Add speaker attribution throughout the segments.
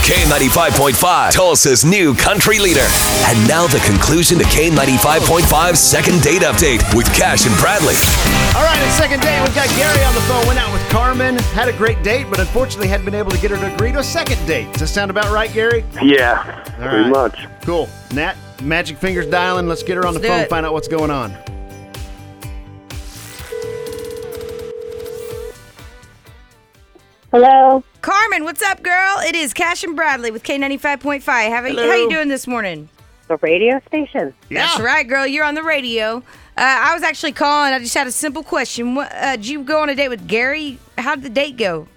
Speaker 1: K95.5, Tulsa's new country leader. And now the conclusion to K95.5's second date update with Cash and Bradley.
Speaker 2: All right, it's second date. We've got Gary on the phone. Went out with Carmen. Had a great date, but unfortunately hadn't been able to get her to agree to a second date. Does that sound about right, Gary?
Speaker 3: Yeah,
Speaker 2: All
Speaker 3: pretty
Speaker 2: right.
Speaker 3: much.
Speaker 2: Cool. Nat, magic fingers dialing. Let's get her on the
Speaker 4: Let's do
Speaker 2: phone.
Speaker 4: it.
Speaker 2: Find out what's going on.
Speaker 5: Hello.
Speaker 4: Carmen, what's up, girl? It is Cash and Bradley with K95.5. How are you, how you doing this morning?
Speaker 5: The radio station.
Speaker 2: Yeah.
Speaker 4: That's right, girl. You're on the radio. Uh, I was actually calling. I just had a simple question. What, uh, did you go on a date with Gary? How did the date go?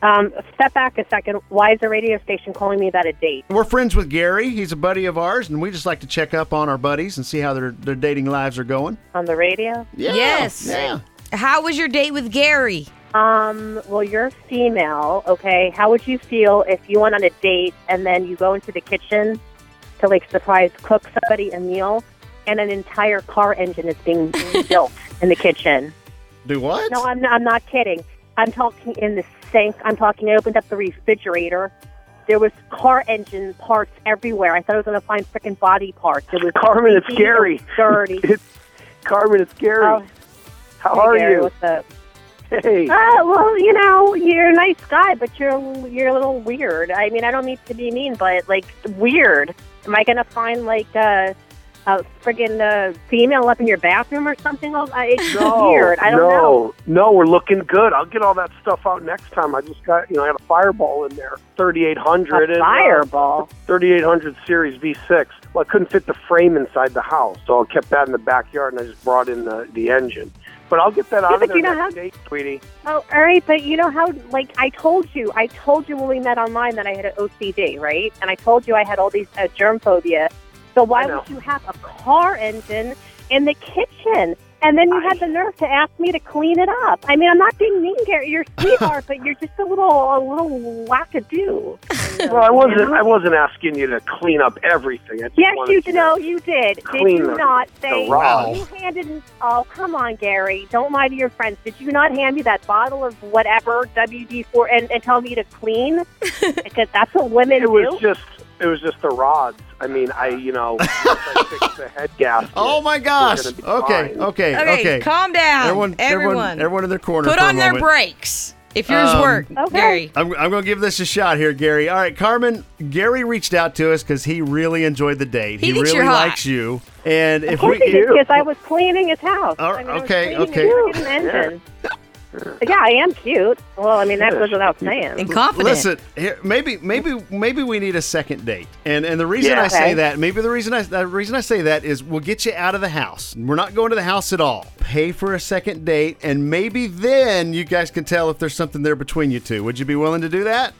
Speaker 5: Um, step back a second. Why is the radio station calling me about a date?
Speaker 2: We're friends with Gary. He's a buddy of ours, and we just like to check up on our buddies and see how their their dating lives are going.
Speaker 5: On the radio?
Speaker 2: Yeah.
Speaker 4: Yes.
Speaker 2: Yeah.
Speaker 4: How was your date with Gary?
Speaker 5: Um, well, you're female, okay? How would you feel if you went on a date and then you go into the kitchen to, like, surprise cook somebody a meal and an entire car engine is being built in the kitchen?
Speaker 2: Do what?
Speaker 5: No, I'm, I'm not kidding. I'm talking in the sink. I'm talking, I opened up the refrigerator. There was car engine parts everywhere. I thought I was going to find frickin' body parts. It was
Speaker 3: Carmen, it's
Speaker 5: creepy, it
Speaker 3: scary.
Speaker 5: was Dirty.
Speaker 3: It's Carmen, it's Gary.
Speaker 5: Oh,
Speaker 3: How are
Speaker 5: hey, Gary,
Speaker 3: you?
Speaker 5: What's up?
Speaker 3: Hey.
Speaker 5: Uh, well, you know, you're a nice guy, but you're you're a little weird. I mean, I don't mean to be mean, but like weird. Am I gonna find like uh, a friggin' uh, female up in your bathroom or something? Uh, It's
Speaker 3: No,
Speaker 5: weird. I don't
Speaker 3: no,
Speaker 5: know.
Speaker 3: no, we're looking good. I'll get all that stuff out next time. I just got, you know, I had a fireball in there,
Speaker 5: A
Speaker 3: 3800 and, uh,
Speaker 5: fireball.
Speaker 3: 3800 Series V6. Well, I couldn't fit the frame inside the house, so I kept that in the backyard, and I just brought in the, the engine. But I'll get that out
Speaker 5: but
Speaker 3: of there
Speaker 5: you know
Speaker 3: next
Speaker 5: how-
Speaker 3: date, sweetie.
Speaker 5: Oh, all right, but you know how, like, I told you, I told you when we met online that I had an OCD, right? And I told you I had all these uh, germ phobia. So why
Speaker 3: I know.
Speaker 5: would you have a car engine in the kitchen? And then you had the nerve to ask me to clean it up. I mean, I'm not being mean, Gary. You're a sweetheart, but you're just a little, a little wackadoo.
Speaker 3: Well, I wasn't, I wasn't asking you to clean up everything. I just
Speaker 5: Yes,
Speaker 3: wanted
Speaker 5: you
Speaker 3: to-
Speaker 5: know you did. Did
Speaker 3: Clean
Speaker 5: you
Speaker 3: the-
Speaker 5: not
Speaker 3: the
Speaker 5: say
Speaker 3: row.
Speaker 5: you handed? Oh, come on, Gary! Don't lie to your friends. Did you not hand me that bottle of whatever WD four and, and tell me to clean? because that's what women
Speaker 3: It was
Speaker 5: do.
Speaker 3: just, it was just the rods. I mean, I, you know, once I fixed the head gasket.
Speaker 2: Oh my gosh.
Speaker 3: We're gonna be
Speaker 2: Okay.
Speaker 3: fine.
Speaker 2: Okay.
Speaker 4: Okay,
Speaker 2: Okay.
Speaker 4: calm down.
Speaker 2: Everyone,
Speaker 4: everyone,
Speaker 2: everyone, everyone in their corner.
Speaker 4: put
Speaker 2: for a
Speaker 4: on their
Speaker 2: moment.
Speaker 4: brakes if yours
Speaker 2: Um,
Speaker 4: work,
Speaker 5: Okay.
Speaker 4: Gary.
Speaker 2: I'm, I'm going to give this a shot here, Gary. All right, Carmen. Gary reached out to us because he really enjoyed the date.
Speaker 4: He thinks
Speaker 2: really
Speaker 4: you're hot.
Speaker 2: likes you. And if we,
Speaker 5: because I was cleaning his house.
Speaker 2: Oh,
Speaker 5: I mean, I was
Speaker 2: okay,
Speaker 5: cleaning
Speaker 2: okay.
Speaker 5: his freaking engine. Yeah, I am cute. Well, I mean that goes without saying.
Speaker 4: And confident.
Speaker 2: Listen, here, maybe maybe maybe we need a second date. And and the reason
Speaker 3: Yeah.
Speaker 2: I say
Speaker 5: Okay.
Speaker 2: that, maybe the reason I the reason I say that is we'll get you out of the house. We're not going to the house at all. Pay for a second date and maybe then you guys can tell if there's something there between you two. Would you be willing to do that?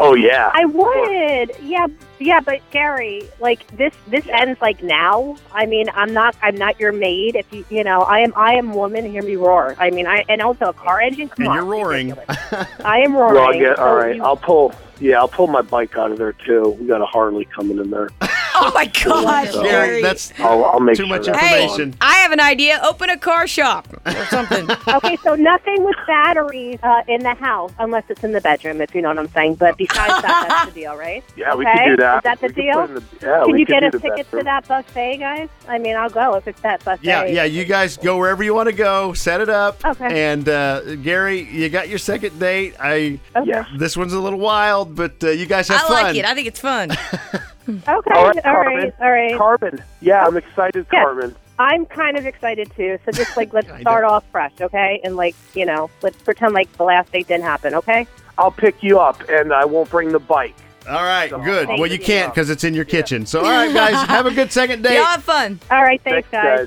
Speaker 3: Oh yeah.
Speaker 5: I would. Yeah, yeah, but Gary, like this this ends like now. I mean, I'm not I'm not your maid. If you you know, I am I am woman, hear me roar. I mean, I and also a car engine. Come
Speaker 2: and
Speaker 5: on.
Speaker 2: you're roaring.
Speaker 5: I am roaring.
Speaker 3: Well, I'll get,
Speaker 5: So
Speaker 3: all right.
Speaker 5: you-
Speaker 3: I'll pull. Yeah, I'll pull my bike out of there too. We got a Harley coming in there.
Speaker 4: oh my gosh,
Speaker 3: So-
Speaker 4: Gary.
Speaker 2: Gary, that's
Speaker 3: I'll, I'll make
Speaker 2: too
Speaker 3: sure
Speaker 2: much
Speaker 3: that's
Speaker 4: hey,
Speaker 2: information.
Speaker 4: I have an idea. Open a car shop or something.
Speaker 5: okay, so nothing with batteries uh, in the house unless it's in the bedroom, if you know what I'm saying. But besides that, that's the deal, right?
Speaker 3: on. Yeah, we
Speaker 5: okay?
Speaker 3: can do that.
Speaker 5: Is that the
Speaker 3: We
Speaker 5: deal?
Speaker 3: Can, put in the, yeah,
Speaker 5: Can
Speaker 3: we
Speaker 5: you
Speaker 3: can
Speaker 5: get
Speaker 3: do
Speaker 5: us
Speaker 3: the
Speaker 5: tickets
Speaker 3: bathroom.
Speaker 5: to that buffet, guys? I mean, I'll go if it's that buffet.
Speaker 2: Yeah, yeah. You guys go wherever you want to go. Set it up.
Speaker 5: Okay.
Speaker 2: And uh, Gary, you got your second date. I
Speaker 5: Okay.
Speaker 3: Yeah.
Speaker 2: this one's a little wild, but uh, you guys have
Speaker 4: I
Speaker 2: fun.
Speaker 4: like it. I think it's fun.
Speaker 5: Okay.
Speaker 3: All right,
Speaker 5: all
Speaker 3: Carmen.
Speaker 5: right. All right.
Speaker 3: Carmen. Yeah, I'm excited,
Speaker 5: Yeah.
Speaker 3: Carmen.
Speaker 5: I'm kind of excited too. So just like let's
Speaker 2: Kinda.
Speaker 5: start off fresh, okay? And like you know, let's pretend like the last date didn't happen, okay?
Speaker 3: I'll pick you up, and I won't bring the bike.
Speaker 2: All right, good.
Speaker 5: Thank
Speaker 2: Well, you
Speaker 5: you.
Speaker 2: can't because it's in your kitchen. So, all right, guys, have a good second date.
Speaker 4: Y'all have fun.
Speaker 3: uh,
Speaker 5: All right, thanks,
Speaker 3: guys.